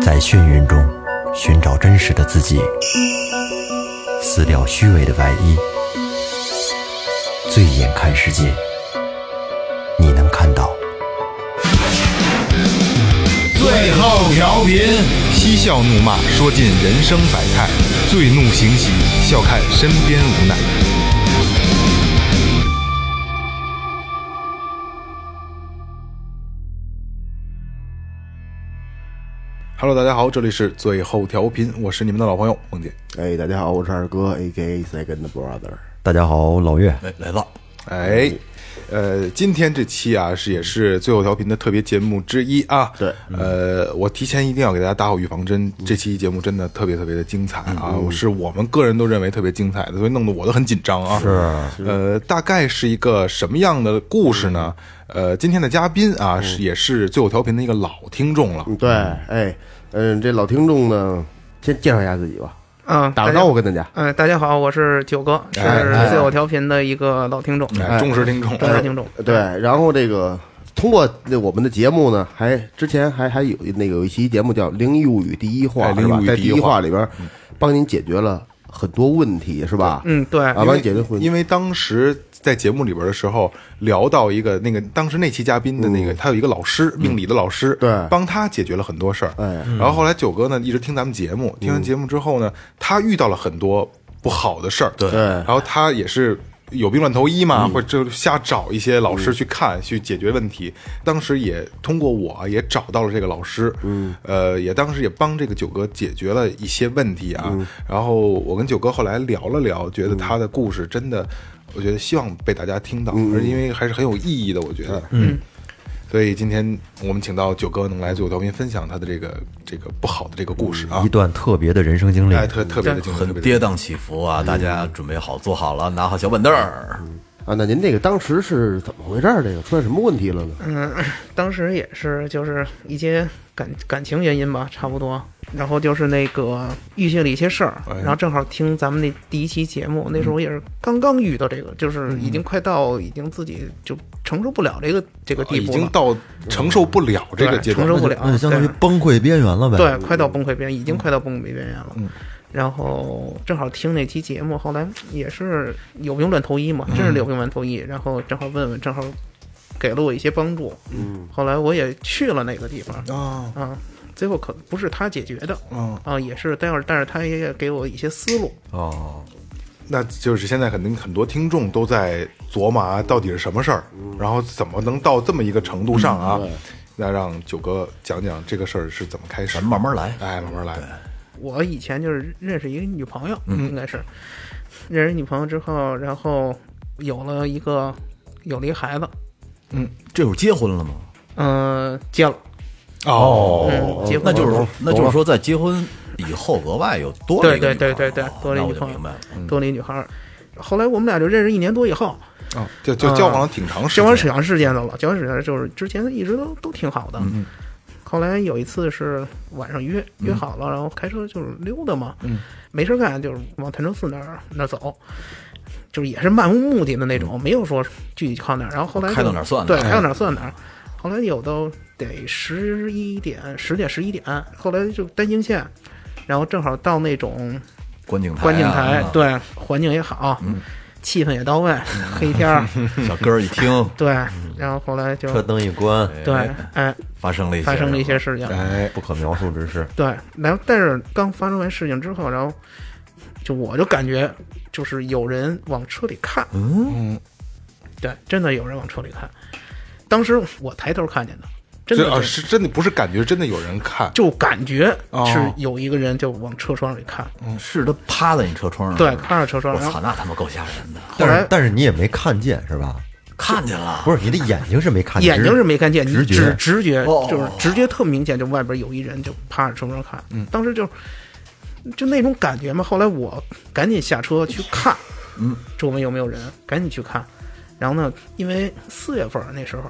在眩晕中寻找真实的自己，撕掉虚伪的外衣，醉眼看世界，你能看到。最后调频，嬉笑怒骂，说尽人生百态；醉怒行喜，笑看身边无奈。Hello，大家好，这里是最后调频，我是你们的老朋友梦姐。哎，大家好，我是二哥，A K A Second Brother。大家好，老岳，来了，哎，嗯呃，今天这期啊是也是最后调频的特别节目之一啊。对，嗯呃，我提前一定要给大家打好预防针，这期节目真的特别特别的精彩啊，嗯我是我们个人都认为特别精彩的，所以弄得我都很紧张啊。是，呃，大概是一个什么样的故事呢？嗯呃，今天的嘉宾啊是也是最后调频的一个老听众了。嗯对，哎，嗯，这老听众呢，先介绍一下自己吧，嗯，打个大家招呼。跟大家。嗯，大家好，我是九哥，是最后调频的一个老听众，哎，忠实听众，忠实听众。对，然后这个通过那我们的节目呢，还之前还还有那个有一期节目叫《灵异物语》第一话，哎是吧灵异物语在第第一一话话里嗯边，帮您解决了很多问题，是吧？嗯，对，啊，帮您解决问题因。为当时在节目里边的时候，聊到一个那个当时那期嘉宾的那个，他有一个老师，命理的老师，嗯对帮他解决了很多事儿。哎然后后来九哥呢一直听咱们节目，听完节目之后呢，他遇到了很多不好的事儿，对嗯对然后他也是。有病乱投医嘛，或者就瞎找一些老师去看、去解决问题。当时也通过我也找到了这个老师，嗯，呃，也当时也帮这个九哥解决了一些问题啊。然后我跟九哥后来聊了聊，觉得他的故事真的，我觉得希望被大家听到，而因为还是很有意义的，我觉得，嗯。所以今天我们请到九哥能来做调频，分享他的这个这个不好的这个故事嗯啊一，段特别的人生经历。哎，特特别的精彩，特很别的跌宕起伏啊！嗯大家准备好，坐好了，拿好小板凳儿。啊，那您这个当时是怎么回事儿？这个出现什么问题了呢？嗯，当时也是就是一些感感情原因吧，差不多。然后就是那个遇见了一些事儿，哎然后正好听咱们那第一期节目，那时候我也是刚刚遇到这个，就是已经嗯快到已经自己就承受不了这个这个地哦已步了经，到承受不了这个对，阶承段受了。不了，那就相当于对崩溃边缘了呗。对，快到崩溃边，已经快到崩溃边缘了。然后正好听那期节目，后来也是有病乱投医嘛，真是有病乱投医。然后正好问问，正好给了我一些帮助。嗯，后来我也去了那个地方啊，啊，最后可不是他解决的嗯，啊，也是待会儿，但是他也给我一些思路。哦，那就是现在肯定很多听众都在琢磨啊，到底是什么事儿，然后怎么能到这么一个程度上啊？那让九哥讲讲这个事儿是怎么开始，咱慢慢来哎，慢慢来。我以前就是认识一个女朋友，应该是认识女朋友之后，然后有了一个有了一个孩子，这会儿结婚了吗？嗯、结了，哦，嗯，结婚那就是了说，那就是说，在结婚以后，额外又多了一个对对对对女孩儿对哦多了一那我女就孩儿明白了。多了一女孩儿。后来我们俩就认识一年多以后，哦就就交往了挺嗯长时交往间，挺长时间的了，交往时间就是之前一直都都挺好嗯的。后来有一次是晚上约约好了，然后开车就是溜达嘛，嗯没事干就是往潭柘寺那儿那儿走，就是也是漫无目的的那种，没有说具体靠哪儿。然后后来就嗯开到哪儿算哪儿哎对，开到哪儿算哪儿。后来有到得十一点、十点、十一点，后来就单行线，然后正好到那种观景台啊，观景哎台，嗯，对，环境也好，嗯气氛也到位，黑天儿，小哥儿一 听对，嗯然后后来就车灯一关，对，哎，发生了一些发生了一些事事情，哎，不可描述之事。对，然后但是刚发生完事情之后，然后就我就感觉就是有人往车里看，嗯，对，真的有人往车里看，当时我抬头看见的，真的这啊就是真的不是感觉，真的有人看，就感觉哦是有一个人就往车窗里看，儿，是他趴在你车窗上，对，趴着车窗，我然操，后那他妈够吓人的，后但来是但是你也没看见是吧？看见了，不是，你的眼睛是没看见，眼睛是没看见，你直只觉。直觉哦就是直觉特明显，就外边有一人就趴着车窗看，嗯当时就就那种感觉嘛。后来我赶紧下车去看，嗯，周围有没有人，赶紧去看。然后呢，因为四月份儿那时候，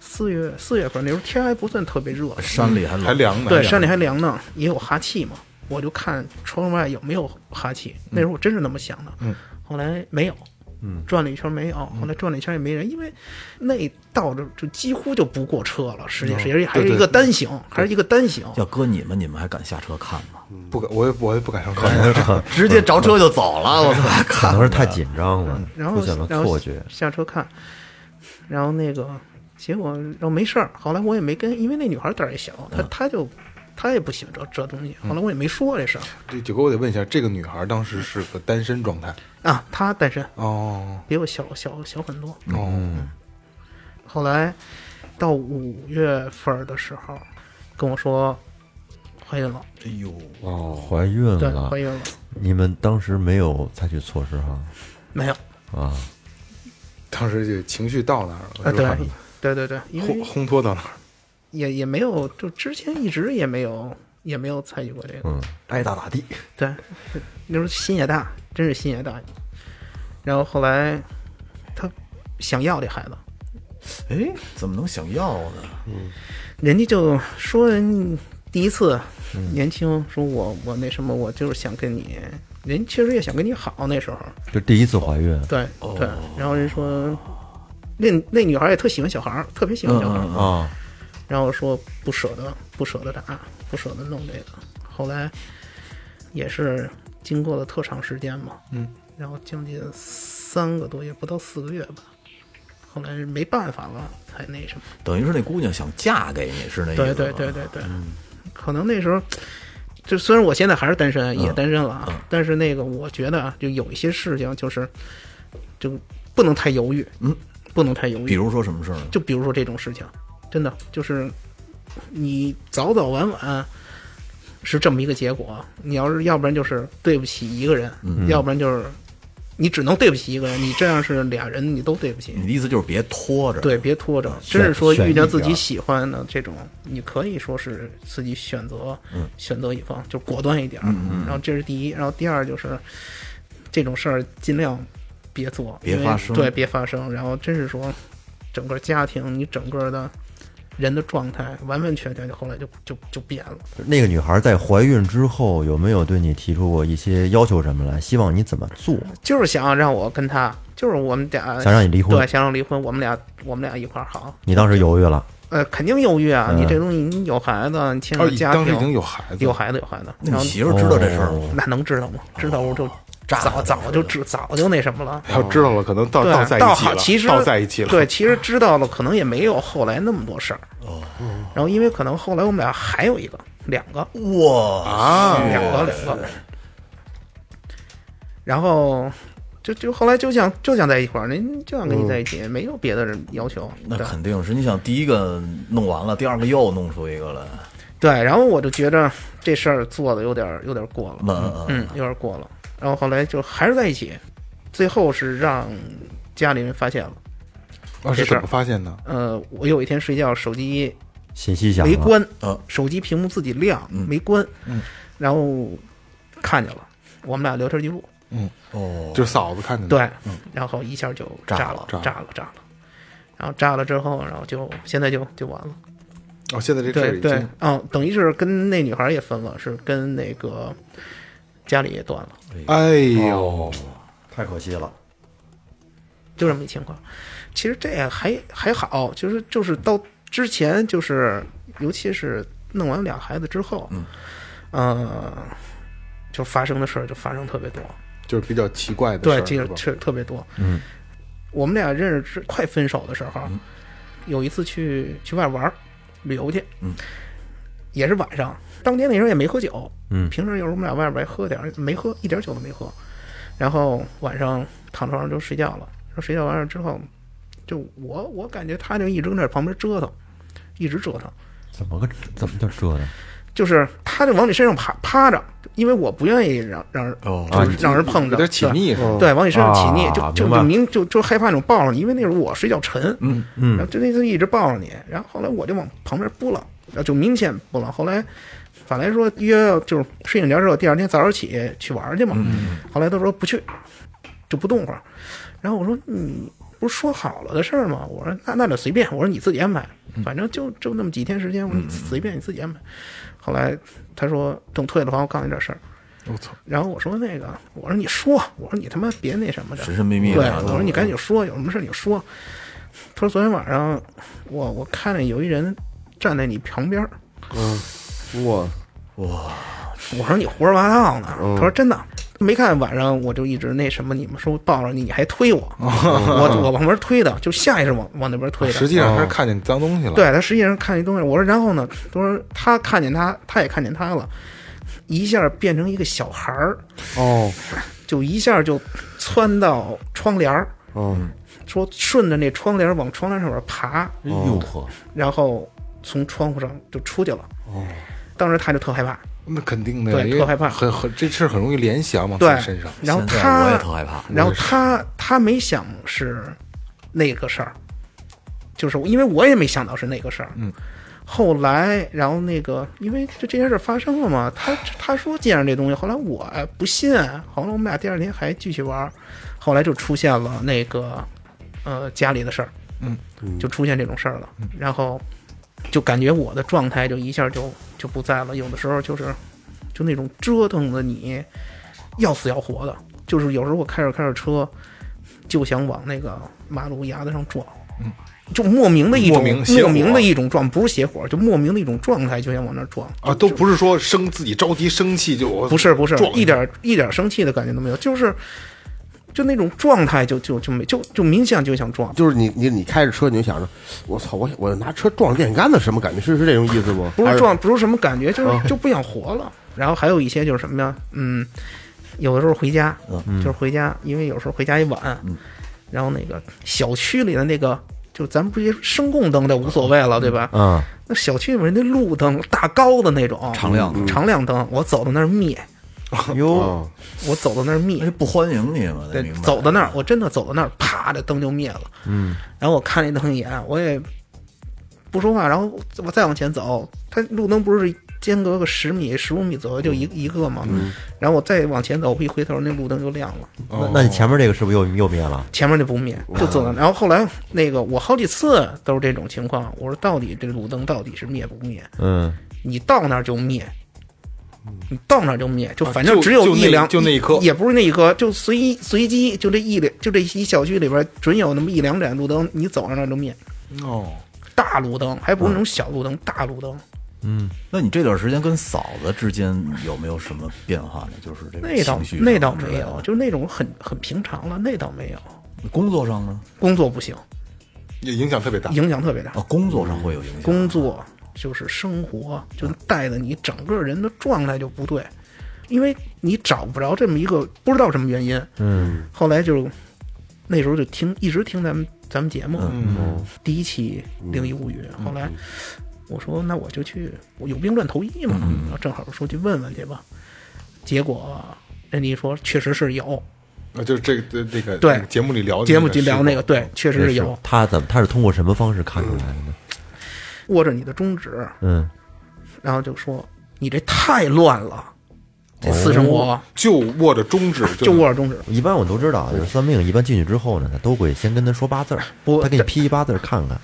四月四月份儿那时候天还不算特别热，山里还冷还凉呢。对，山里还凉呢，也有哈气嘛。我就看窗外有没有哈气，那时候我真是那么想的。后来没有，嗯，转了一圈没有，后来转了一圈也没人，因为那道就就几乎就不过车了，实际上也还是一个单行，还是一个单行。要搁你们，你们还敢下车看吗？嗯不敢，我也我也不敢 上车。直接着车就走了，我操！可能是太紧张了， 然后出现了然后错觉。下车看，然后那个结果然后没事儿，后来我也没跟，因为那女孩胆儿也小，她她就她也不喜欢这这东西，后来我也没说这事儿这九哥，我得问一下，这个女孩当时是个单身状态啊，她单身哦比我小小小很多，哦，后来到五月份儿的时候跟我说怀孕了，哦，怀孕对，了怀，孕了，你们当时没有采取措施哈？没有啊，当时就情绪到那儿了，啊，是吧对对对对，因烘为哦烘托到那儿，也也没有，就之前一直也没有也没有参与过这个，嗯，爱咋咋地。对，那时候心也大，真是心也大。然后后来他想要这孩子，哎，怎么能想要呢？人家就说人第一次嗯年轻，说我我那什么，我就是想跟你，人确实也想跟你好那时候，就第一次怀孕，对对。然后人说，那那女孩也特喜欢小孩儿，特别喜嗯欢小孩儿。啊，然后说不舍得，不舍得打，不舍得弄这个。后来也是经过了特长时间嘛，嗯，然后将近三个多月，不到四个月吧。后来是没办法了，才那什么。等于是那姑娘想嫁给你，是那意对思吧？对对对对，嗯可能那时候。就虽然我现在还是单身，也单身了嗯啊，但是那个我觉得啊，就有一些事情就是，就不能太犹豫，嗯，不能太犹豫。比如说什么事儿呢？就比如说这种事情，真的就是你早早晚晚是这么一个结果。你要是要不然就是对不起一个人，嗯要不然就是你只能对不起一个人。你这样是俩人你都对不起。你的意思就是别拖着。对，别拖着，啊选真是说遇见自选一边己喜欢的这种，你可以说是自己选择，嗯选择一方就果断一点儿。然后这是第一，然后第二就是这种事儿尽量别做，别因为发生对，别发生。然后真是说整个家庭，你整个的人的状态完完全全就后来就就就变了。那个女孩在怀孕之后有没有对你提出过一些要求什么来？希望你怎么做？就是想让我跟他，就是我们俩想让你离婚对，想让离婚，我们俩我们俩一块儿好。你当时犹豫了，呃，肯定犹豫啊！嗯你这东西，你有孩子，你牵哦扯已家当庭，时已经有孩子，有孩子有孩子，那然后你媳妇儿知道这事儿吗？那能知道吗？知 道我就早早就知早就那什么了。要知道了，可能哎到对，在倒一起好，了，其实到在一起了，对，其实知道了，可能也没有后来那么多事儿。哦，然后因为可能后来我们俩还有一个，两个，哇， 啊，两个，两个。然后就就后来就想就想在一块儿，您就想跟你在一嗯起，没有别的人要求。那对肯定是你想第一个弄完了，第二个又弄出一个来，对，然后我就觉着这事儿做的有点儿有点儿过了。嗯嗯嗯，嗯，有点过了。然后后来就还是在一起，最后是让家里人发现了。啊是怎么发现的？呃，我有一天睡觉，手机信息响了，没关嗯，手机屏幕自己亮，没关，然后看见了，我们俩聊天记录，哦，就是嫂子看见的，对，然后一下就炸炸了了，嗯炸炸了了，炸了。然后炸了之后，然后就现在就就完了。哦，现在这事儿对已对经，嗯，等于是跟那女孩也分了，是跟那个家里也断了。哎呦，哦太可惜了。就这么一情况。其实这还还好，就是就是到之前就是，尤其是弄完俩孩子之后，嗯，呃，就发生的事儿就发生特别多，就是比较奇怪的事对，儿，其是实吧确实特别多。嗯，我们俩认识之快分手的时候，嗯有一次去去外玩儿旅游去，嗯，也是晚上，当天那时候也没喝酒，嗯，平时有时候我们俩外边儿喝点儿，没喝一点儿酒都没喝，然后晚上躺床上就睡觉了，说睡觉完了之后，就我我感觉他就一直跟那旁边折腾，一直折腾，怎么个怎么就这 呢？就是他就往你身上趴趴着，因为我不愿意让让人、哦就是让人碰啊有着，点起对腻是吧？对，往你身上起腻，嗯啊就明就白就明就就害怕那种抱着你，因为那时候我睡觉沉，嗯嗯，然后就那次一直抱着你，然后后来我就往旁边拨浪，然后就明显拨浪，后来。本来说约就是睡醒觉之后，第二天早上起去玩去嘛。嗯后来他说不去，就不动会儿。然后我说你不是说好了的事儿吗？我说那那就随便，我说你自己安排，嗯反正就就那么几天时间，我说你随便你自己安排。后来他说等退了房，我告诉你点事儿。我操，然后我说那个，我说你说，我说你他妈别那什么着，神神秘秘的对，啊我说你赶紧说，有什么事儿你就说。他说昨天晚上我我看见有一人站在你旁边儿，哇，我说你胡说八道呢。哦他说真的，没看晚上我就一直那什么，你们说抱着你，你还推我，哦我我往旁边推的，就下意识往往那边啊推的。哦实际上他是看见脏东西了，对他实际上看一东西，我说然后呢，他说他看见他，他也看见他了，一下变成一个小孩儿，哦，就一下就窜到窗帘儿，哦，说顺着那窗帘儿往窗帘上面爬，哎哟呵，然后从窗户上就出去了。哦，当时他就特害怕，那肯定的，对因为特害怕很很这事儿很容易联想往自对己身上，，然后现在我也他特害怕，然后他他没想是那个事儿，就是因为我也没想到是那个事儿。嗯，后来然后那个因为就这件事儿发生了嘛，他他说见着这东西，后来我哎不信，后来我们俩第二天还继续玩儿，后来就出现了那个呃家里的事儿，嗯，就出现这种事儿了，嗯然后就感觉我的状态就一下就就不在了，有的时候就是就那种折腾的你要死要活的，就是有时候我开着开着车就想往那个马路牙子上撞，嗯，就莫名的一种莫名邪火莫名的一种撞，不是邪火，就莫名的一种状态就想往那儿撞啊，都不是说生自己着急生气就不是不是呃撞，一点儿一点儿生气的感觉都没有，就是就那种状态就就就没就就明显就想撞，就是你你你开着车，你就想着，我操，我我拿车撞电线杆子什么感觉？是是这种意思不？不还是撞不是什么感觉，就是就不想活了。然后还有一些就是什么呀，嗯，有的时候回家，就是回家，因为有时候回家也晚，然后那个小区里的那个。就咱们不是声控灯这无所谓了，对吧？嗯，那小区里面那路灯大高的那种常亮灯常亮灯，我走到那儿灭，哦哟，我走到那儿灭那，就不欢迎你嘛，得对明白？，走到那儿，我真的走到那儿，啪，这灯就灭了。嗯，然后我看那灯一眼，我也不说话，然后我再往前走，它路灯不是间隔个十米、十五米左右嗯就一、一个嘛。然后我再往前走，我一回头，那路灯就亮了，那那你前面这个是不是又又灭了？前面那不灭，就走到那儿。然后后来那个我好几次都是这种情况，我说到底这路灯到底是灭不灭？嗯，你到那儿就灭，你到那儿就灭，就反嗯啊就正只有就那一两，就那一颗也不是那一颗，就随意随机，就这一两，就这一小区里边准有那么一两盏路灯，你走上那儿就灭，哦，大路灯，还不是那种小嗯路灯，大路灯。那你这段时间跟嫂子之间有没有什么变化呢？就是这个那倒情绪上那倒之没类的有，就那种很很平常了，那倒没有。工作上呢？工作不行，也影响特别大，影响特别大啊，，工作上会有影响。工作就是生活，就带的你整个人的状态就不对，因为你找不着这么一个不知道什么原因。嗯，后来就那时候就听一直听咱们咱们节目，嗯，第一期《灵异物语》，后来我说那我就去，我有病乱投医嘛，然后正好说去问问去吧。结果人家一说确实是有，呃就是这个这个对这个节目里聊的节目就就聊哦那个，对，确实是有，他怎么他是通过什么方式看出来的呢？握着你的中指，嗯，然后就说你这太乱了，这私生活哦就握着中指就握着中指。一般我都知道，就是算命，一般进去之后呢，他都会先跟他说八字儿，不他给你批一八字儿看看，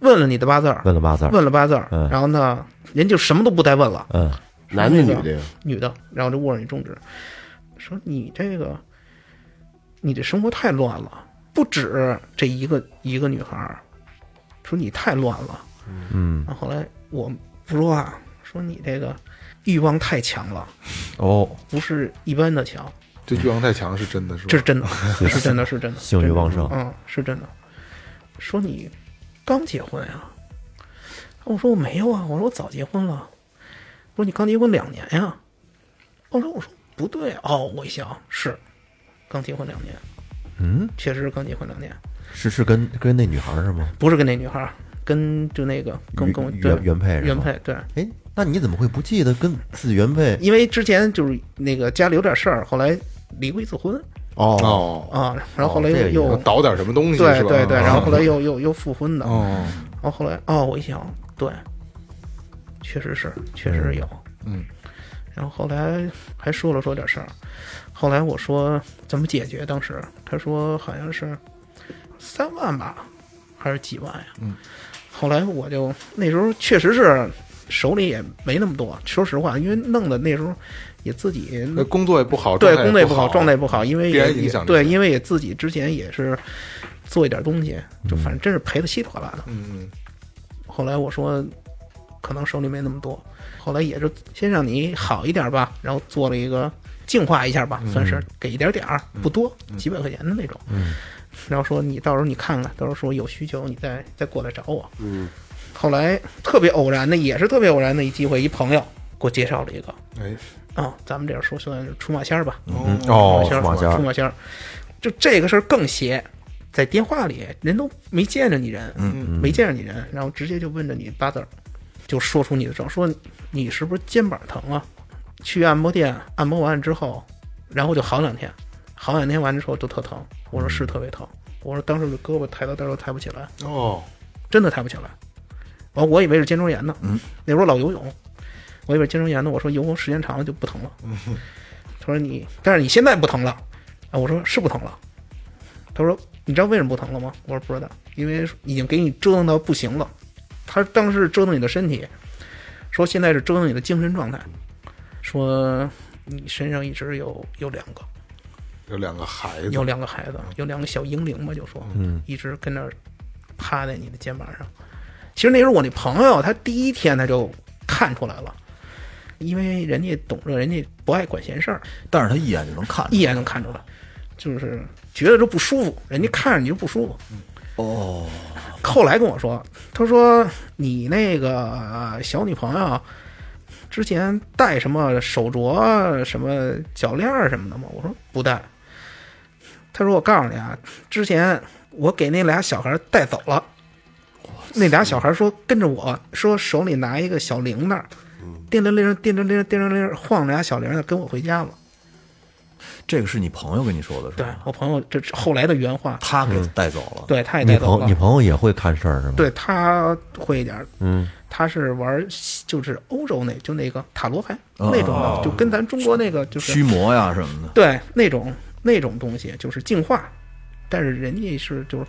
问了你的八字儿，问了八字儿，问了八字儿嗯，然后呢，人就什么都不再问了，嗯，男的女的呀？女的，然后就握着你中指，说你这个，你这生活太乱了，不止这一个一个女孩儿，说你太乱了，嗯，然后后来我不说话，说你这个欲望太强了，哦，不是一般的强，这欲望太强是真的是吧？这是真的， 是真的，是真 的，性欲旺盛嗯，是真的。说你刚结婚呀、我说我没有啊，我说我早结婚了。我说你刚结婚两年呀、后来我说不对哦，我一想是刚结婚两年，嗯，确实是刚结婚两年，是是跟跟那女孩儿是吗？不是跟那女孩儿，跟就那个跟原跟我原对原配是吗原配对，哎，那你怎么会不记得跟自己原配？因为之前就是那个家里有点事儿，后来离过一次婚哦，哦，啊，然后后来哦这又、个意思又倒点什么东西对是吧？对对，啊然后 后来又又又复婚的，哦，然后后来哦，我一想，对，确实是，确实是有，嗯。然后后来还说了说点事儿，后来我说怎么解决？当时他说好像是三万吧，还是几万呀？嗯。后来我就那时候确实是手里也没那么多。说实话，因为弄的那时候也自己那呃工作也不好，对状态工作也不不好，状态也不好，因为必也然影响对，这个因为也自己之前也是做一点东西，就反正真是赔的稀里哗啦的。嗯后来我说，可能手里没那么多，后来也是先让你好一点吧，然后做了一个净化一下吧，算是给一点点儿，不多，几百块钱的那种。然后说你到时候你看看，到时候说有需求你再再过来找我。嗯，后来特别偶然的，也是特别偶然的一机会，一朋友给我介绍了一个哎啊、咱们这样说算是出马仙儿吧，嗯哦出马马仙仙儿，儿出马仙儿，就这个事儿更邪，在电话里人都没见着你人，嗯没见着你人，然后直接就问着你八字儿，就说出你的症，说你是不是肩膀疼啊？去按摩店按摩完了之后，然后就好两天，好两天完了之后就特疼。我说是特别疼，我说当时我胳膊抬到这儿都抬不起来，哦真的抬不起来。完我以为是肩周炎呢，那时候老游泳，我以为肩周炎呢，我说游泳时间长了就不疼了。他说你，但是你现在不疼了，啊，我说是不疼了。他说你知道为什么不疼了吗？我说不知道，因为已经给你折腾到不行了。他当时折腾你的身体，说现在是折腾你的精神状态，说你身上一直有有两个，有两个孩子有两个孩子，有两个小英灵吧，就说，嗯，一直跟那儿趴在你的肩膀上。其实那时候我那朋友，他第一天他就看出来了，因为人家懂着，人家不爱管闲事儿，但是他一眼就能看出一眼能看出来，就是觉得这不舒服，人家看着你就不舒服。哦，后来跟我说，他说你那个小女朋友之前戴什么手镯、啊什么脚链儿什么的吗？我说不戴。他说我告诉你啊，之前我给那俩小孩带走了。那俩小孩说跟着我说手里拿一个小铃铛，叮铃铃叮铃铃叮铃铃晃着俩小铃铛跟我回家了。这个是你朋友跟你说的是对吧？我朋友这是后来的原话，他给带走了。对他也你带走朋了。你朋友也会看事儿是吗？，对他会一点儿，嗯，他是玩西就是欧洲那就那个塔罗牌、哦那种的，就跟咱中国那个就是驱魔呀什么的，对那种那种东西就是净化，但是人家是就是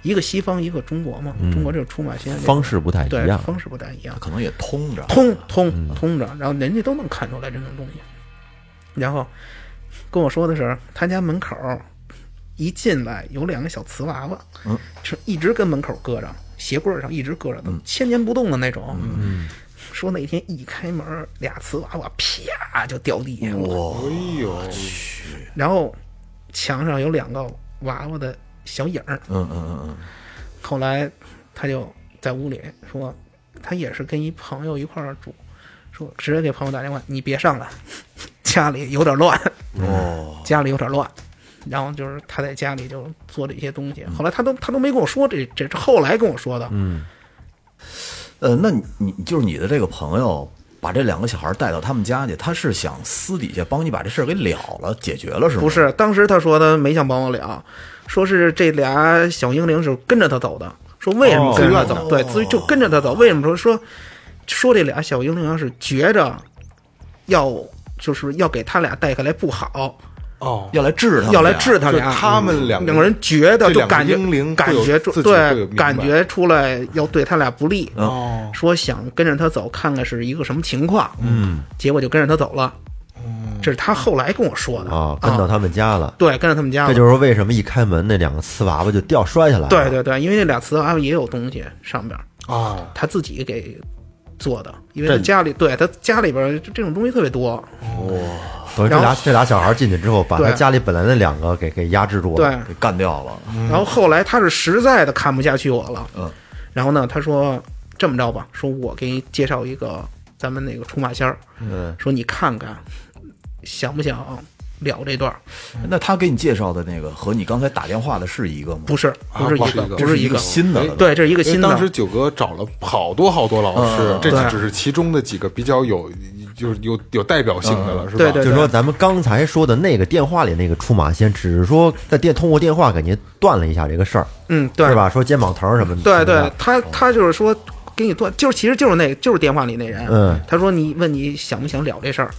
一个西方一个中国嘛，中国这个出马仙这嗯个方式不太一对样。方式不太一样他，可能也通着。通通通着，然后人家都能看出来这种东西。然后跟我说的是，他家门口一进来有两个小瓷娃娃，是一直跟门口搁着，鞋柜上一直搁着的，千年不动的那种。说那天一开门，俩瓷娃娃啪就掉地下了，哇，哎呦然后墙上有两个娃娃的小影儿。嗯嗯嗯后来他就在屋里说，他也是跟一朋友一块儿住，说直接给朋友打电话，你别上来，家里有点乱，嗯，哦，家里有点乱。然后就是他在家里就做这些东西，后来他都他都没跟我说，这这是后来跟我说的。嗯，呃，那你你就是你的这个朋友把这两个小孩带到他们家去，他是想私底下帮你把这事儿给了了，解决了是吗？不，是，当时他说他没想帮我聊，说是这俩小英灵是跟着他走的，说为哦什么跟着他走？对，所以就跟着他走。为什么说说说这俩小英灵是觉着要就是要给他俩带下来不好，哦，要来治他们俩，要来治他就俩，嗯他们两两个人觉得这就两个感觉英灵感会有觉自出己会对有明白感觉出来要对他俩不利，哦说想跟着他走，看看是一个什么情况，嗯，结果就跟着他走了，嗯这是他后来跟我说的啊，跟到他们家了。对，跟着他们家这了，就是为什么一开门那两个瓷娃娃就掉摔下来了。对对对，因为那俩瓷娃娃也有东西上边儿，啊他自己给做的，因为他家里对他家里边儿就这种东西特别多，等于这然俩后这俩小孩进去之后，把他对家里本来那两个给给压制住了。对，给干掉了。然后后来他是实在的看不下去我了，嗯，然后呢，他说这么着吧，说我给你介绍一个咱们那个出马仙儿，嗯，说你看看想不想聊这段儿？那他给你介绍的那个和你刚才打电话的是一个吗？不是，啊不是不一是个，一个不这是一一个个新的哎了。对，这是一个因为新的，嗯当时九哥找了好多好多老师，这对只是其中的几个比较有，就是有有代表性的了，是吧？嗯对对就对说咱们刚才说的那个电话里那个出马仙，只是说在电通过电话给您断了一下这个事儿，嗯，对是？吧？说肩膀疼什么的，对什么对的，他他就是说给你断，就是其实就是那个就是电话里那人，嗯啊他说你问你想不想聊这事儿，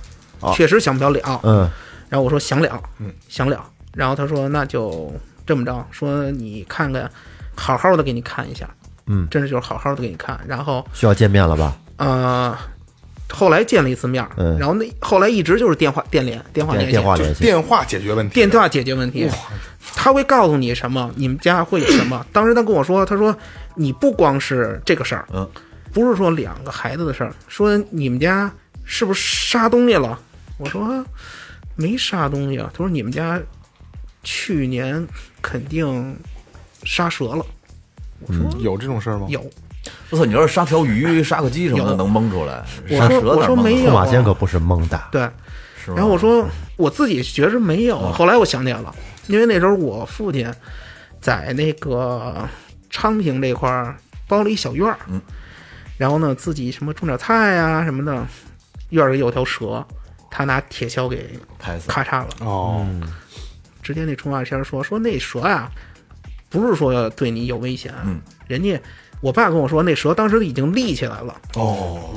确实想不想聊，嗯，然后我说想了，嗯，想了。然后他说那就这么着，说你看看，好好的给你看一下，嗯真是就是好好的给你看。然后需要见面了吧？呃，后来见了一次面儿，嗯然后那后来一直就是电话电联电话联电系，电话就联系，电话解决问题，电话解决问题。他会告诉你什么，你们家会有什么。当时他跟我说，他说你不光是这个事儿，嗯，不是说两个孩子的事儿，说你们家是不是杀东西了？我说啊没杀东西啊。他说你们家去年肯定杀蛇了，嗯有这种事儿吗？有。我操，你要是杀条鱼、杀个鸡什么的，有能蒙出来？我杀说蛇我哪说蒙得没出有出来马仙可不是蒙的，对，是吗啊然后我说我自己觉着没有，后来我想起来了，因为那时候我父亲在那个昌平这块儿包了一小院儿，嗯然后呢自己什么种点菜啊什么的，院儿里有条蛇，他拿铁锹给拍死咔嚓了，哦，嗯直接那冲马仙儿说说那蛇啊，不是说对你有危险，嗯人家我爸跟我说那蛇当时已经立起来了，哦，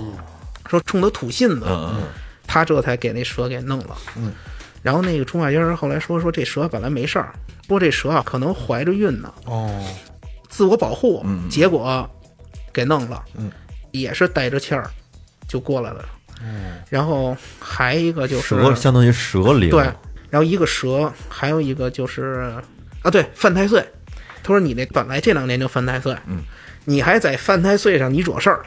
说冲他吐信子，嗯嗯他这才给那蛇给弄了。嗯，然后那个出马仙儿后来说说这蛇本来没事儿，不过这蛇啊可能怀着孕呢，哦，自我保护，嗯嗯结果给弄了。嗯，也是带着气儿就过来了。嗯，然后还一个就是蛇相当于蛇灵，对，然后一个蛇，还有一个就是啊，对，犯太岁。他说你那本来这两年就犯太岁，嗯，你还在犯太岁上你惹事儿，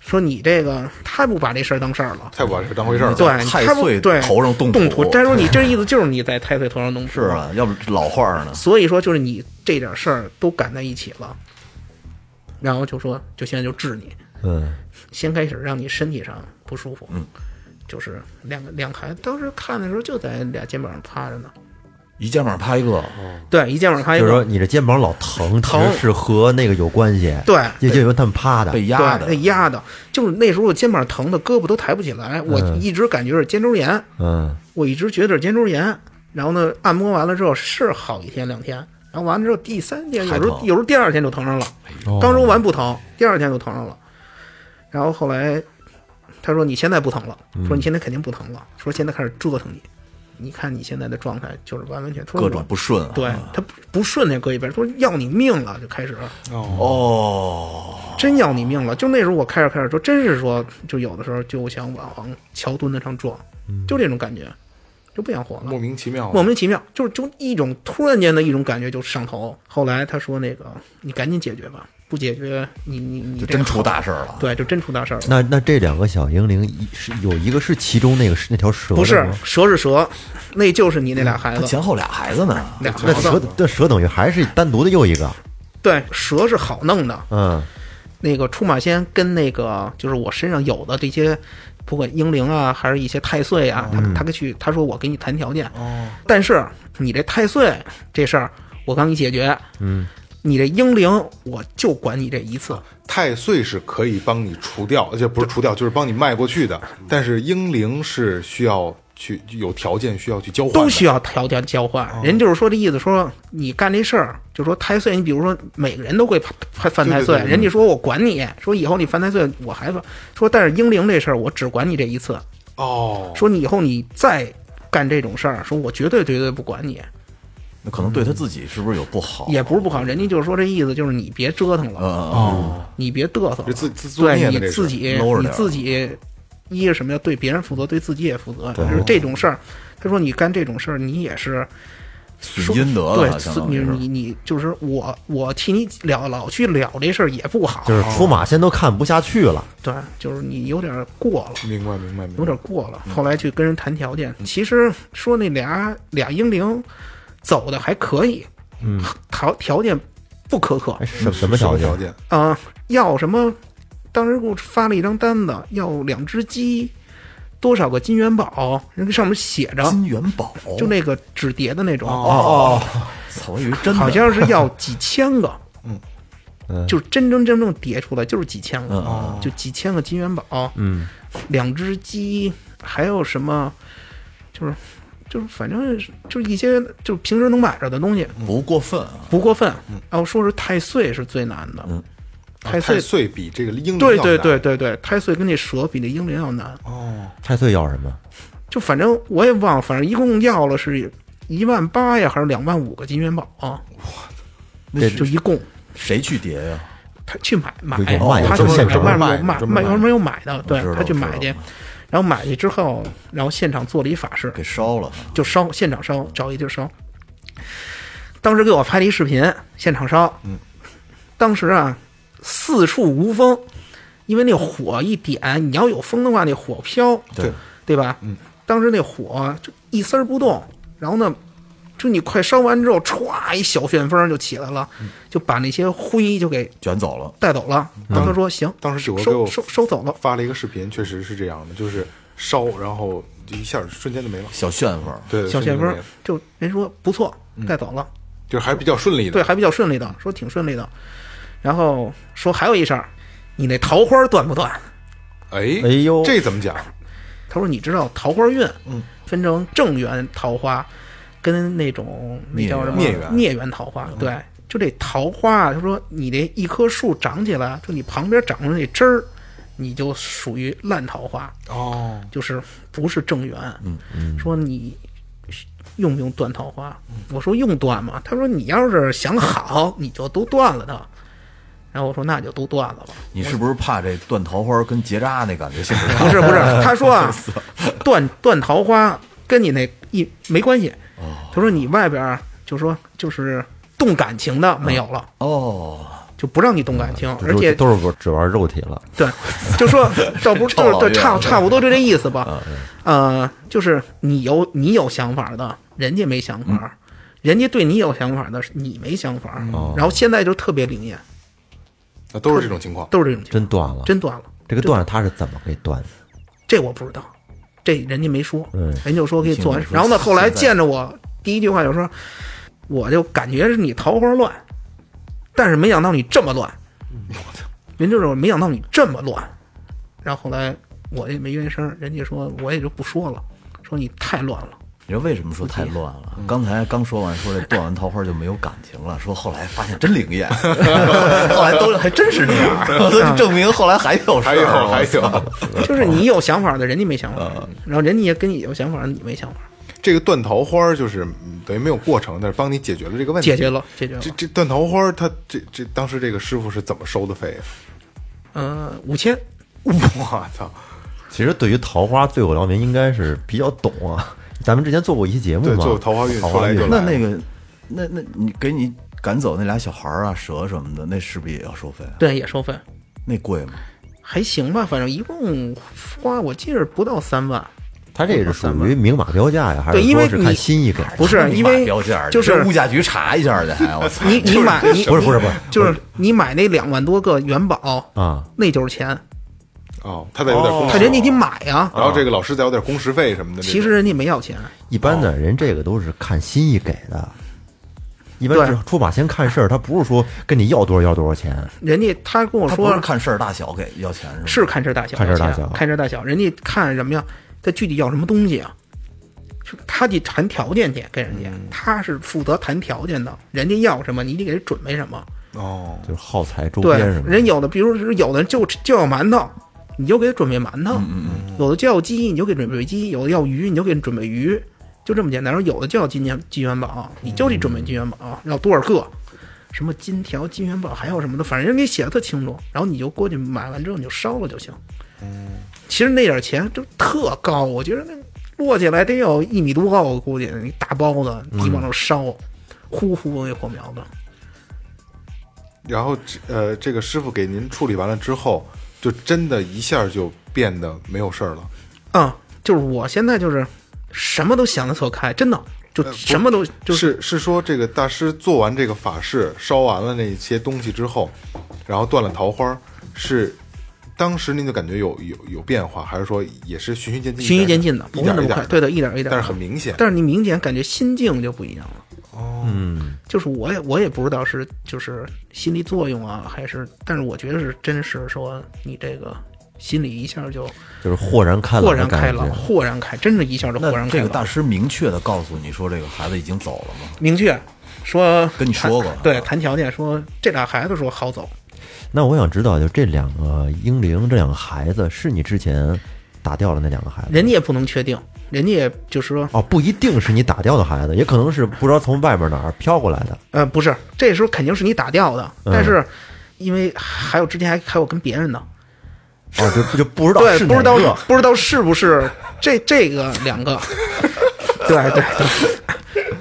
说你这个太不把这事儿当事儿了。太不把这当回事儿了。对，太他不岁对头上动动土再说你这意思就是你在太岁头上动土，是啊，要不老话儿呢？所以说就是你这点事儿都赶在一起了，然后就说就现在就治你，嗯，先开始让你身体上不舒服，嗯，就是两个两孩子当时看的时候就在俩肩膀上趴着呢，一肩膀拍一个，对，一肩膀趴一就是说个，你这肩膀老疼，哎疼其实是和那个有关系，对也就因为他们趴的，被对，压的那，压的，就是那时候我肩膀疼的，胳膊都抬不起来，我嗯一直感觉是肩周炎，嗯，我一直觉得是肩周炎，然后呢，按摩完了之后是好一天两天，然后完了之后第三天，有还时候疼哎有时候第二天就疼上了，刚揉完不疼，第二天就疼上了，然后后来他说你现在不疼了，嗯说你现在肯定不疼了，说现在开始折腾你，你看你现在的状态就是完完全各种不顺啊。对他不不顺那搁一边，说要你命了就开始，哦，真要你命了。就那时候我开始开始说，真是说就有的时候就想往桥墩子上撞，嗯就这种感觉，就不想活了，莫名其妙，莫名其妙，就是就一种突然间的一种感觉就上头。后来他说那个你赶紧解决吧，不解决你你你就这个真出大事儿了。对，就真出大事儿了。那那这两个小英灵一是有一个是其中那个是那条蛇的不是吗蛇是蛇，那就是你那俩孩他子，前后俩孩子呢，俩那孩蛇子。那蛇等于还是单独的又一个，对，蛇是好弄的。嗯，那个出马仙跟那个就是我身上有的这些，不管英灵啊，还是一些太岁啊，他他跟去他说我给你谈条件，哦，但是你这太岁这事儿我刚给你解决，嗯，你这英灵我就管你这一次，太岁是可以帮你除掉，而且不是除掉，就是帮你迈过去的。但是英灵是需要去有条件需要去交换的，哦都需要条件交换。人就是说这意思，说你干这事儿，就说太岁，你比如说每个人都会判判犯太岁，对对对嗯人家说我管你，说以后你犯太岁，我还犯。说但是英灵这事儿，我只管你这一次。哦，说你以后你再干这种事儿，说我绝对绝对不管你，那可能对他自己是不是有不哦好？嗯也哦不是不好。人家就是说这意思，就是你别折腾嗯了，呃，你别嘚瑟了这，自自作对孽的你这是。自己搂着你点儿自己，一是什么呀？对别人负责，对自己也负责。就是这种事儿，他说你干这种事儿，你也是。损阴德对了，，相当你于是你你就是我，我替你了老去了这事儿也不好，就是出马仙都看不下去了，对，就是你有点过了，明白明白明有白，点过了。嗯后来去跟人谈条件，其实说那俩俩英灵走的还可以，嗯，条条件不苛刻哎，什什么条件条？件？啊、要什么？当时给我发了一张单子，要两只鸡，多少个金元宝，人家上面写着，金元宝，就那个纸叠的那种，哦哦，操，我以为真的，好像是要几千 个，嗯嗯就是真真正正叠出来就是几千个，嗯哦就几千个金元宝，嗯，两只鸡，还有什么，就是就是反正是就是一些就是平时能买着的东西，不过分啊，不过分。然后说是太岁是最难的，嗯太太岁。岁比这个英灵对要对难对对对，太岁跟那蛇比那英灵要难，哦，太岁要什么？就反正我也忘了，反正一共要了是一万八呀，还是两万五个金元宝啊？那就一共谁去叠呀？他去买买有，卖他有是现成外卖面有卖专门卖专门有买的，对知道他去知道买去，然后买去之后，然后现场做了一法事给，烧了，就烧，现场烧，找一地儿烧。当时给我拍了一视频，现场烧。嗯，当时啊，四处无风，因为那火一点，你要有风的话，那火飘，对，对吧？嗯，当时那火就一丝儿不动，然后呢，就你快烧完之后，歘，一小旋风就起来了，嗯就把那些灰就给卷走了。带走了。然后他说行，嗯当时九哥给收我收收走了。发了一个视频，确实是这样的，就是烧，然后就一下瞬间就没了。小旋风，对，小旋瞬间就风没了就人说不错，嗯带走了。就是还比较顺利的。对，还比较顺利的，说挺顺利的。然后说还有一事儿，你那桃花断不断？哎哎呦这怎么讲？他说你知道桃花运，嗯，分成正缘桃花跟那种那叫什么孽缘嗯孽缘桃花，对。就这桃花，啊，他说你这一棵树长起来，就你旁边长着那枝儿，你就属于烂桃花，哦，就是不是正缘。嗯嗯，说你用不用断桃花？我说用断嘛。他说你要是想好，你就都断了它。然后我说那就都断了吧。你是不是怕这断桃花跟结扎那感觉性质不是不 是，他说啊，断断桃花跟你那一没关系。他说你外边儿就说就是动感情的没有了，哦，就不让你动感情，这而都且都是只玩肉体了， 对，就说倒 不是臭就老是对岳啊差嗯差不多就这意思吧。呃，就是你有你有想法的，人家没想法儿，嗯人家对你有想法的，你没想法儿。哦然后现在就特别灵验，那都是这种情况。都是这种情况，真断了。真断了。这个断他是怎么给断的？这我不知道，这人家没说嗯，人就说可以做完你事。听我说然后呢，后来现在见着我第一句话就说，我就感觉是你桃花乱，但是没想到你这么乱，嗯人就是我没想到你这么乱。然后后来我也没原声，人家说我也就不说了，说你太乱了。你知道为什么说太乱了？嗯刚才刚说完，说这断完桃花就没有感情 了，说后来发现真灵验，后来都还真是这 样，所以证明后来还有事还有儿，还有，嗯就是你有想法的，人家没想法，然后人家也跟你有想法，你没想法， 这个断桃花就是嗯等于没有过程，但是帮你解决了这个问题。解决了，解决了这。这断桃花，他这这当时这个师傅是怎么收的费啊？嗯，五千， 我操！其实对于桃花，最后辽明应该是比较懂啊。咱们之前做过一期节目对嘛，做桃花运桃说花来运就来哎那那个，那那你给你赶走那俩小孩儿啊、蛇什么的，那是不是也要收费啊？对，也收费，那贵吗？还行吧，反正一共花我记着不到三万。他这是属于明码标价呀，还对因为说是看你心意给？ 不 是因为标价儿，就是你上物价局查一下去，还我操！ 你你买你不是不是不是就是你买那两万多个元宝，啊，那就是钱，哦，他得有点工时，他人家得买哦呀。然后这个老师再有点工时费什么的。其实人家没要钱，一般的人这个都是看心意给的，一般对是出马先看事儿，他不是说跟你要多少要多少钱，人家他跟我他不是说看事儿大小给要钱是吗？是看事儿大小，看事儿大小看事儿大小，人家看什么呀？他具体要什么东西啊？就他得谈条件去跟人家，嗯他是负责谈条件的，人家要什么你得给他准备什么。这个哦，就是耗材周对边什，么的。人有的，比如是有的人就就要馒头，你就给他准备馒嗯头；有的就要鸡，你就给准备鸡；有的要鱼，你就给准备鱼，就这么简单。然后有的就要金元金元宝，你就得准备金元宝，要多少个，什么金条、金元宝，还有什么的，反正人给写的特清楚。然后你就过去买完之后你就烧了就行。嗯其实那点钱就特高，我觉得那摞起来得有一米多高，我估计一大包子，你往嗯上烧，呼呼那火苗子。然后这呃，这个师傅给您处理完了之后，就真的一下就变得没有事儿了。啊，就是我现在就是什么都想得特开，真的就什么都就是是说，这个大师做完这个法事，烧完了那些东西之后，然后断了桃花，是当时您就感觉有有有变化，还是说也是循序渐进？循序渐进的，一不会点那一么点快。的对的，一点儿一点儿的，但是很明显但是你明显感觉心境就不一样了。嗯，就是我也我也不知道是就是心理作用啊，还是，但是我觉得是真是说你这个心里一下就就是豁然开朗，豁然开朗，。豁然开，真是一下就豁然那开这朗。个大师明确的告诉你说，这个孩子已经走了吗？明确说跟你谈说过对，谈条件说这俩孩子说好走，那我想知道，就这两个英灵，这两个孩子是你之前打掉的那两个孩子吗？人家也不能确定，人家也就是说哦，不一定是你打掉的孩子，也可能是不知道从外面哪儿飘过来的。呃，不是，这时候肯定是你打掉的，嗯但是因为还有之前还还有跟别人的，哦，就就不知道对，是不知哪道个，不知道是不是这这个两 个，对对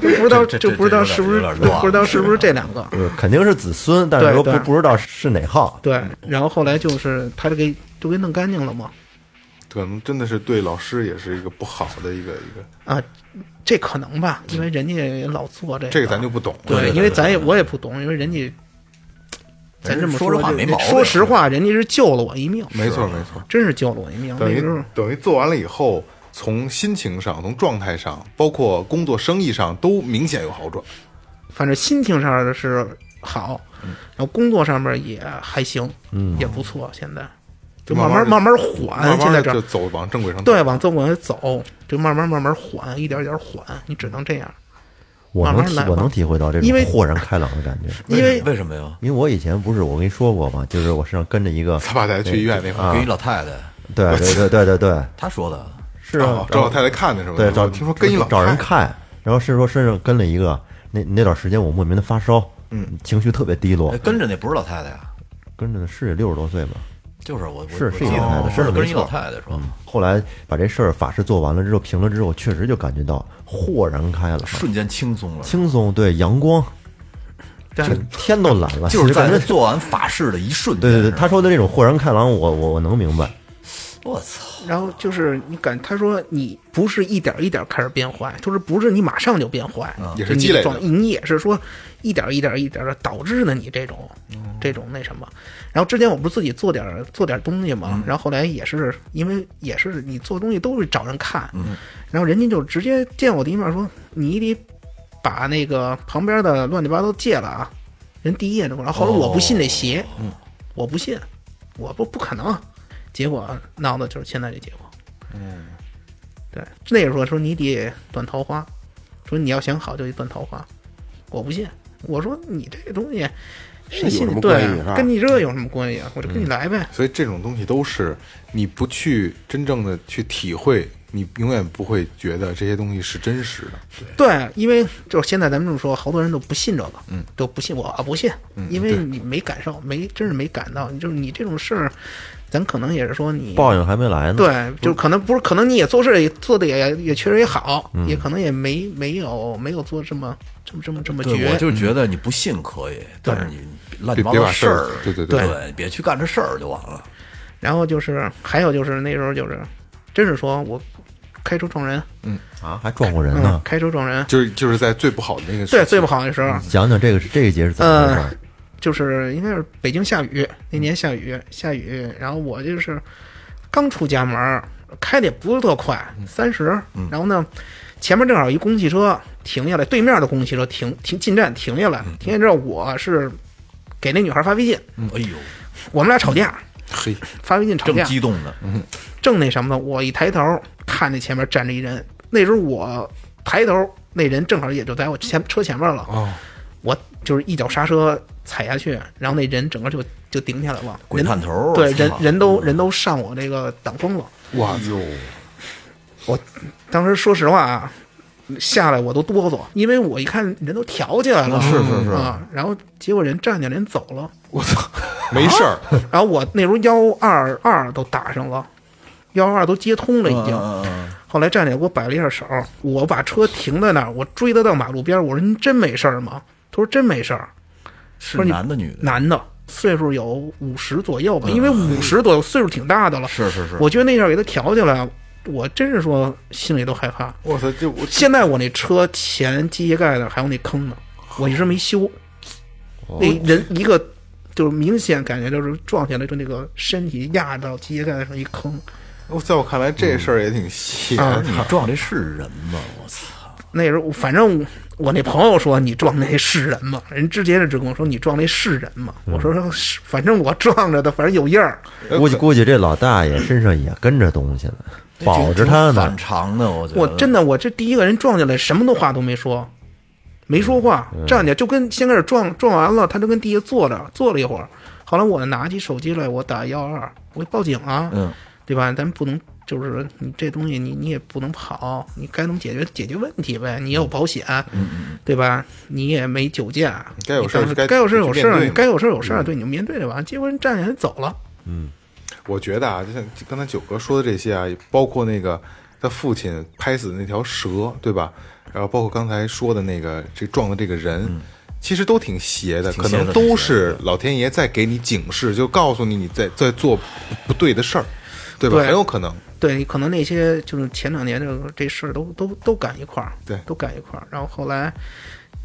对，不知道这这就不知道是不是这有点有点乱啊不知道是不是这两个，呃肯定是子孙，但是对说不对不知道是哪号。对，然后后来就是他就给就给弄干净了嘛，可能真的是对老师也是一个不好的一个一个，啊，这可能吧，因为人家也老做这个，这个咱就不懂了。对，因为咱也我也不懂，因为人家咱这么说实话这没毛病说实话，人家是救了我一命，没错，没错。真是救了我一命，等那于时候等于做完了以后，从心情上、从状态上，包括工作、生意上，都明显有好转。反正心情上的是好，嗯然后工作上面也还行，嗯，也不错，现在就慢慢慢慢慢缓，慢现在慢地这就儿走往正轨上走。对往正轨走，就慢慢慢慢缓，一点一点缓，你只能这样，我慢能慢体来吧我能体会到这因为种豁然开朗的感觉，因为为什么呀？因为我以前不是我跟你说过嘛，就是我身上跟着一个， 他爸带他去医院那啊啊会儿，跟一老太太，对对对对对对，她说的，是啊哦，找老太太看的是吧？对，找我听说跟一老找人太太看，然后是说身上跟了一个，那那段时间我莫名的发烧，嗯，情绪特别低落哎，跟着那不是老太太呀，跟着的是六十多岁吧，就是我，我是我是记一得老太太我是的跟没一错老太太说嗯，后来把这事儿法事做完了之后，平了之后，确实就感觉到豁然开朗，瞬间轻松了，轻松，对阳光，但就天都蓝了，就是感在觉那，做完法事的一瞬间，对对对，是吧他说的那种豁然开朗，我我我能明白，我操，然后就是你感，他说你不是一点一点开始变坏，就是不是你马上就变坏，嗯也是就你积累的状你也是说一点一点一点的导致的你这种、嗯这种那什么。然后之前我不是自己做点儿做点儿东西嗯嘛，然后后来也是因为也是你做东西都是找人看，嗯然后人家就直接见我第一面说你得把那个旁边的乱七八糟戒了啊，人第一眼就过来，后来我不信这邪，嗯我不信，我不不可能，结果闹的就是现在这结果。嗯，对，那时候说你得断桃花，说你要想好就得断桃花，我不信，我说你这东西谁信有什你？么对关系是啊，吧嗯跟你这有什么关系啊？我就跟你来呗。所以这种东西都是你不去真正的去体会，你永远不会觉得这些东西是真实的。对，因为就是现在咱们这么说，好多人都不信这个，嗯，都不信，我不信，嗯因为对你没感受，没真是没感到，就是你这种事儿，咱可能也是说你报应还没来呢，，对，就可能不是，可能你也做事也做的也也确实也好，也可能也没没有没有做这么这么这么这么对，绝我，就觉得你不信可以，但是你乱七八别糟把事儿儿，对对对对别去干这事儿就完了。然后就是还有就是那时候就是，真是说我开车撞人，啊，还撞过人嗯呢，，开车撞人，就是就是在最不好的那个时对，期最不好的时候，讲讲这个这一节是怎么回事儿？就是应该是北京下雨，那年下雨下雨，然后我就是刚出家门儿，开的也不是特快，三十，然后呢，前面正好一公共汽车停下来，对面的公共汽车停停进站停下来，停下来之后我是给那女孩发微信，哎呦，我们俩吵架，嘿，发微信吵正架，激动呢，嗯正那什么呢，我一抬头看那前面站着一人，那时候我抬头，那人正好也就在我前车前面了，哦，我就是一脚刹车踩下去，然后那人整个就就顶起来了，鬼人探头对我人操人都人都上我这个挡风了。哇哟，当时说实话啊，下来我都哆嗦，因为我一看人都挑起来了，是是是啊，然后结果人站起来人走了，我操，没事儿，啊然后我那时候幺二二都打上了，幺二都接通了已经。嗯后来站起来给我摆了一下手，我把车停在那儿，我追他到马路边儿，我说您真没事儿吗？他说真没事儿。是不是你男的女的，男的，岁数有五十左右吧，因为五十左右岁数挺大的了。嗯是是是我觉得那下给他调起来，我真是说心里都害怕。我操，这我现在我那车前机械盖那儿还有那坑呢，我一直没修。那人一个就是明显感觉就是撞下来，就那个身体压到机械盖上一坑。我在我看来这事儿也挺邪啊的。哎啊你撞这是人吗？我操！那时候我反正我我那朋友说你撞那是人吗？人直接就跟我说你撞那是人吗？我说是，反正我撞着的，反正有印儿。估计估计这老大爷身上也跟着东西呢，保着他挺呢反。常的，我觉嗯得我真的，我这第一个人撞进来，什么都话都没说，没说话，嗯站起来就跟先开始撞撞完了，他就跟地下坐着，坐了一会儿。后来我拿起手机来，我打幺二二，我报警啊，嗯对吧？咱们不能就是说你这东西你你也不能跑，你该能解决解决问题呗。你有保险，对吧？你也没酒驾，嗯该有事儿你当时该该有事儿有事去面儿，对嗯你该有事儿有事儿，对，你就面对着吧。结果人站起来走了，我觉得啊，就像刚才九哥说的这些啊，包括那个他父亲拍死的那条蛇，对吧？然后包括刚才说的那个这撞的这个人，其实都挺邪的，嗯挺可邪的能都是老天爷在给你警示，就告诉你你在在做不对的事儿，对吧？对很有可能，对，可能那些就是前两年这个这事儿都都都赶一块儿，对都赶一块儿。然后后来，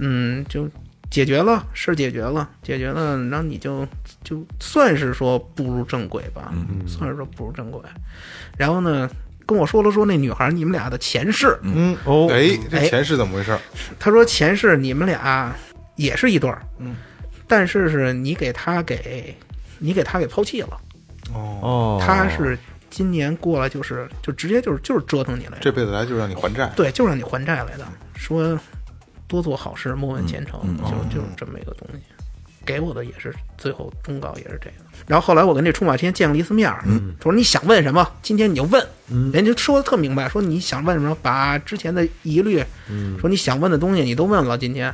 嗯，就解决了，事儿解决了，解决了，然后你就就算是说步入正轨吧，嗯算是说步入正轨。然后呢，跟我说了说那女孩儿你们俩的前世，嗯，哦哎，这哎前世怎么回事？他说前世你们俩也是一对儿，嗯，但是是你给他给你给他给抛弃了，哦，哦，他是今年过来就是就直接就是就是折腾你来着。这辈子来就让你还债，对，就让你还债来的，说多做好事，莫问前程，就就是这么一个东西。给我的也是最后忠告也是这个。然后后来我跟这出马天见了一次面儿，他说你想问什么，今天你就问，人家说的特明白，说你想问什么，把之前的疑虑，说你想问的东西你都问了，今天。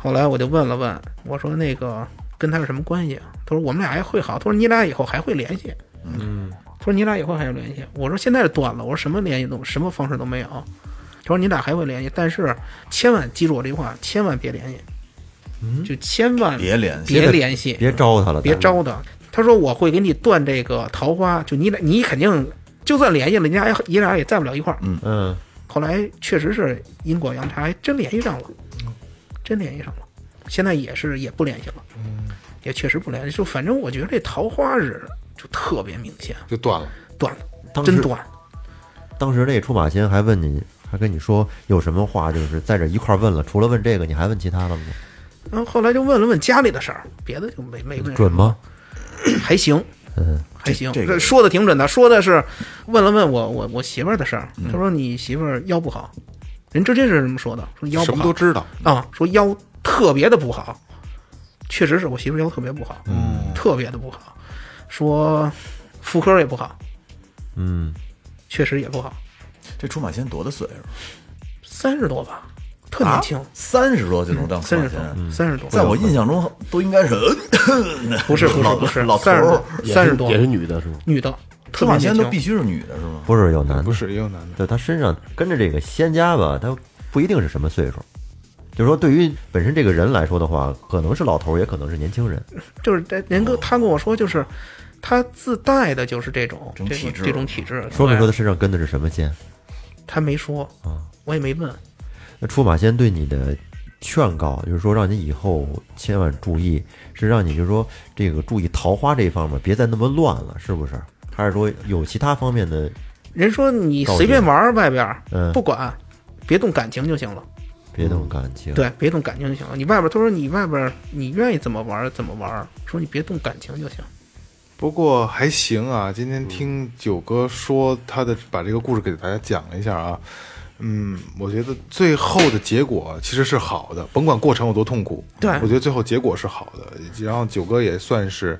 后来我就问了问，我说那个跟他是什么关系啊？他说我们俩还会好，他说你俩以后还会联系。他说你俩以后还有联系？我说现在是断了，我说什么联系都什么方式都没有。他说你俩还会联系，但是千万记住我这句话，千万别联系，就千万别联系，别联系，别招他了，别咱招他。他说我会给你断这个桃花，就你俩你肯定就算联系了，你俩也你俩也在不了一块儿。嗯，后来确实是因果阳差，还真联系上了，真联系上了。现在也是也不联系了，也确实不联系。就反正我觉得这桃花是就特别明显，就断了。断了，当真时断。当时那出马仙还问你，还跟你说有什么话，就是在这一块儿问了，除了问这个，你还问其他的吗？然后后来就问了问家里的事儿，别的就没没问。嗯准吗？还行，嗯，还行。这这个说的挺准的，说的是问了问我我我媳妇儿的事儿，他说你媳妇儿腰不好，人直接是这么说的，说腰什不么都好知道，啊，说腰特别的不好，确实是我媳妇儿腰特别不好，嗯，特别的不好，说妇科也不好，嗯，确实也不好，这出马仙多大岁数？啊三十多吧，特年轻，三十多就能当嗯出三马十多仙，，啊三十多，在我印象中都应该是嗯不是不是 老不是老头三十儿多。三十多也是女的是吗？女的，出特别马年仙轻都。必须是女的，是吗？不是有男不的，是也有男的，对他身上跟着这个仙家吧，他不一定是什么岁数。就是说，对于本身这个人来说的话，可能是老头儿，也可能是年轻人。就是这人哥他跟我说，就是他自带的就是这种这种这体种质这种体质。说没说对他身上跟的是什么仙？他没说，我也没问。那出马仙对你的劝告，就是说让你以后千万注意，是让你就是说这个注意桃花这一方面，别再那么乱了，是不是？还是说有其他方面的人说你告诫随便玩儿外边儿嗯不管，别动感情就行了。别的感情？，对，别动感情就行了。你外边儿他说你外边儿你愿意怎么玩儿怎么玩儿，说你别动感情就行。不过还行啊，今天嗯听九哥说他的，把这个故事给大家讲了一下啊。嗯，我觉得最后的结果其实是好的，甭管过程有多痛苦，对我觉得最后结果是好的。然后九哥也算是，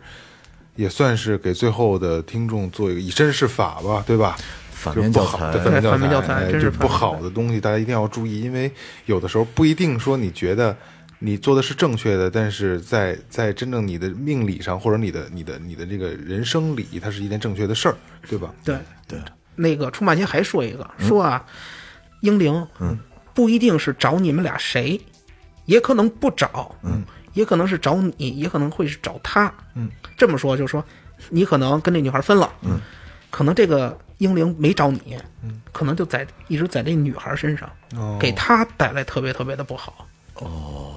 也算是给最后的听众做一个以身试法吧，对吧？反就面不教好材对，反对反面面教教材材，哎真是就反不面教好的东西，大家一定要注意，因为有的时候不一定说你觉得你做的是正确的，但是在在真正你的命理上，或者你的你的你的这个人生里，它是一件正确的事儿，对吧？对，对，那个出马前还说一个，说啊，英灵，嗯，不一定是找你们俩谁，也可能不找，嗯，也可能是找你，也可能会是找他，嗯，这么说就是说，你可能跟这女孩分了，嗯，可能这个英灵没找你，嗯，哦可能就在一直在这女孩身上，给她带来特别特别的不好，哦，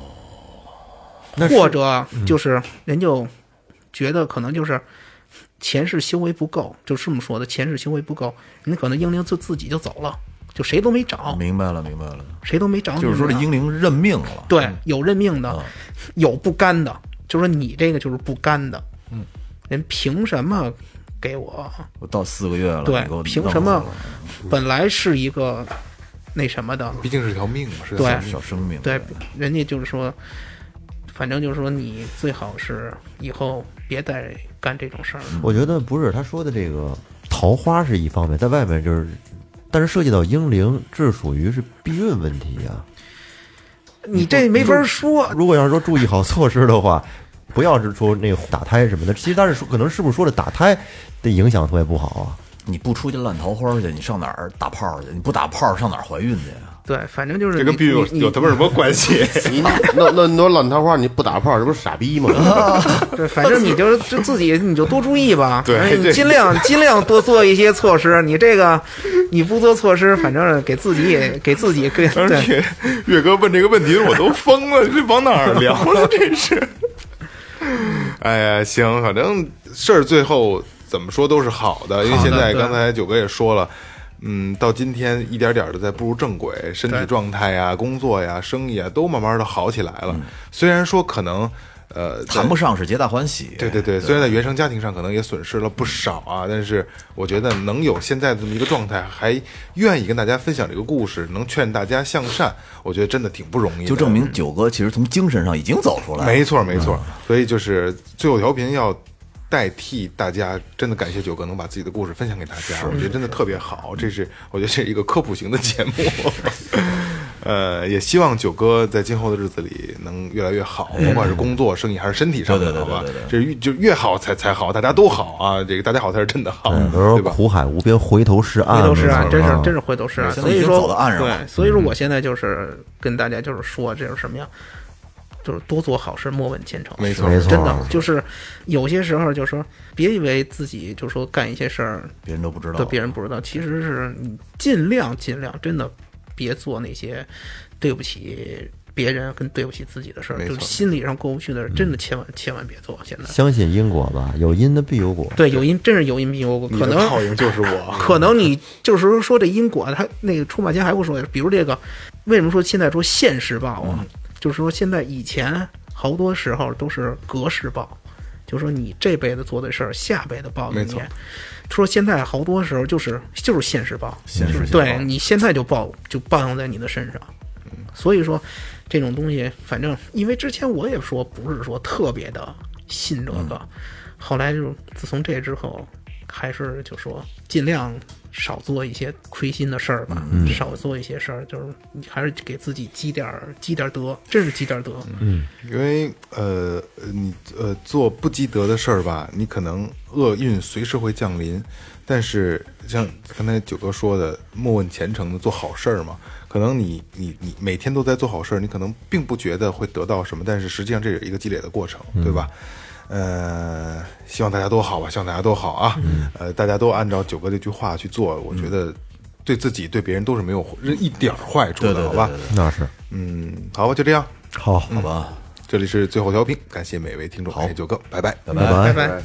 或者就是人就觉得可能就是。前世修为不够，就是这么说的，前世修为不够，你可能英灵就自己就走了，就谁都没找，明白了，明白了，谁都没找你。就是说这你知道吗英灵认命了。嗯对有认命的，有不甘的，就说你这个就是不甘的，嗯，人凭什么给我？我到四个月了，对你给我，凭弄什么走了嗯本来是一个那什么的，毕竟是条命嘛，是条对小生命？哎对，人家就是说，反正就是说你最好是以后别再干这种事儿了。嗯我觉得不是他说的这个桃桃花是一方面，在外面就是，但是涉及到英灵，这属于是避孕问题啊。你这没法说，如果要是说注意好措施的话，不要是说那个打胎什么的。其实，但是说可能是不是说的打胎的影响特别不好啊？你不出去烂桃花去，你上哪儿打炮去？你不打炮上哪儿怀孕去啊呀？对，反正就是这跟避孕有你有他妈什么关系？你那那那烂桃花，你不打炮，这不是傻逼吗？ 对，反正你就是就自己你就多注意吧，对反正你对 尽量尽量多做一些措施。你这个你不做措施，反正给自己 也给自己给而对且岳哥问这个问题，我都疯了，这往哪儿聊 了？这是。哎呀，行，反正事儿最后怎么说都是好的，因为现在对刚才九哥也说了。嗯，到今天一点点的在步入正轨，身体对状态呀、工作呀、生意啊，都慢慢的好起来嗯了。虽然说可能，呃，谈不上是皆大欢喜。对对对，虽然在原生家庭上可能也损失了不少啊，但是我觉得能有现在这么一个状态，还愿意跟大家分享这个故事，能劝大家向善，我觉得真的挺不容易的。就证明九哥其实从精神上已经走出来了。没错没错，嗯所以就是最后调频要。代替大家，真的感谢九哥能把自己的故事分享给大家，我觉得真的特别好。这是我觉得这是一个科普型的节目， 呃，也希望九哥在今后的日子里能越来越好，甭管是工作、生意还是身体上的，嗯对对对好吧对对？这越就越好才才好，大家都好啊！这个大家好才是真的好，嗯，都说对吧？苦海无边，回头是岸回嘛。头是岸，真是啊真是回头是岸。现所在已以经说走到岸上了对，所以嗯说我现在就是跟大家就是说，这是什么呀？就是多做好事，莫问前程。没错没错真的就是有些时候就说，别以为自己就说干一些事儿别人都不知道的，别人不知道，其实是你尽量尽量，真的别做那些对不起别人跟对不起自己的事儿，没就错嗯是心理上过不去的事儿，真的千万千万别做。现在相信因果吧，有因的必有果。对有因，真是有因必有果，你可的能泡影就是 我，可能你就是说说这因果，他那个出马前还会说，比如这个，为什么说现在说现世报啊？嗯就是说现在以前好多时候都是隔世报，就是说你这辈子做的事儿，下辈子报应没你错。说现在好多时候就是就是现世报，现世就是报对你现在就报就报应在你的身上。所以说，这种东西，反正因为之前我也说不是说特别的信这个，后来就自从这之后，还是就说尽量少做一些亏心的事儿吧，少做一些事儿，就是你还是给自己积点儿积点儿德，真是积点儿德。嗯，因为呃，你呃做不积德的事儿吧，你可能厄运随时会降临。但是像刚才九哥说的，莫问前程的做好事儿嘛，可能你你你每天都在做好事儿，你可能并不觉得会得到什么，但是实际上这也是一个积累的过程，嗯对吧？呃，希望大家都好吧，希望大家都好啊。呃，大家都按照九哥这句话去做，我觉得对自己对别人都是没有一点儿坏处的，对对对好吧对对？那是嗯，好吧，就这样。好，嗯好吧？这里是最后调频，感谢每位听众，感谢九哥，拜拜。拜拜。拜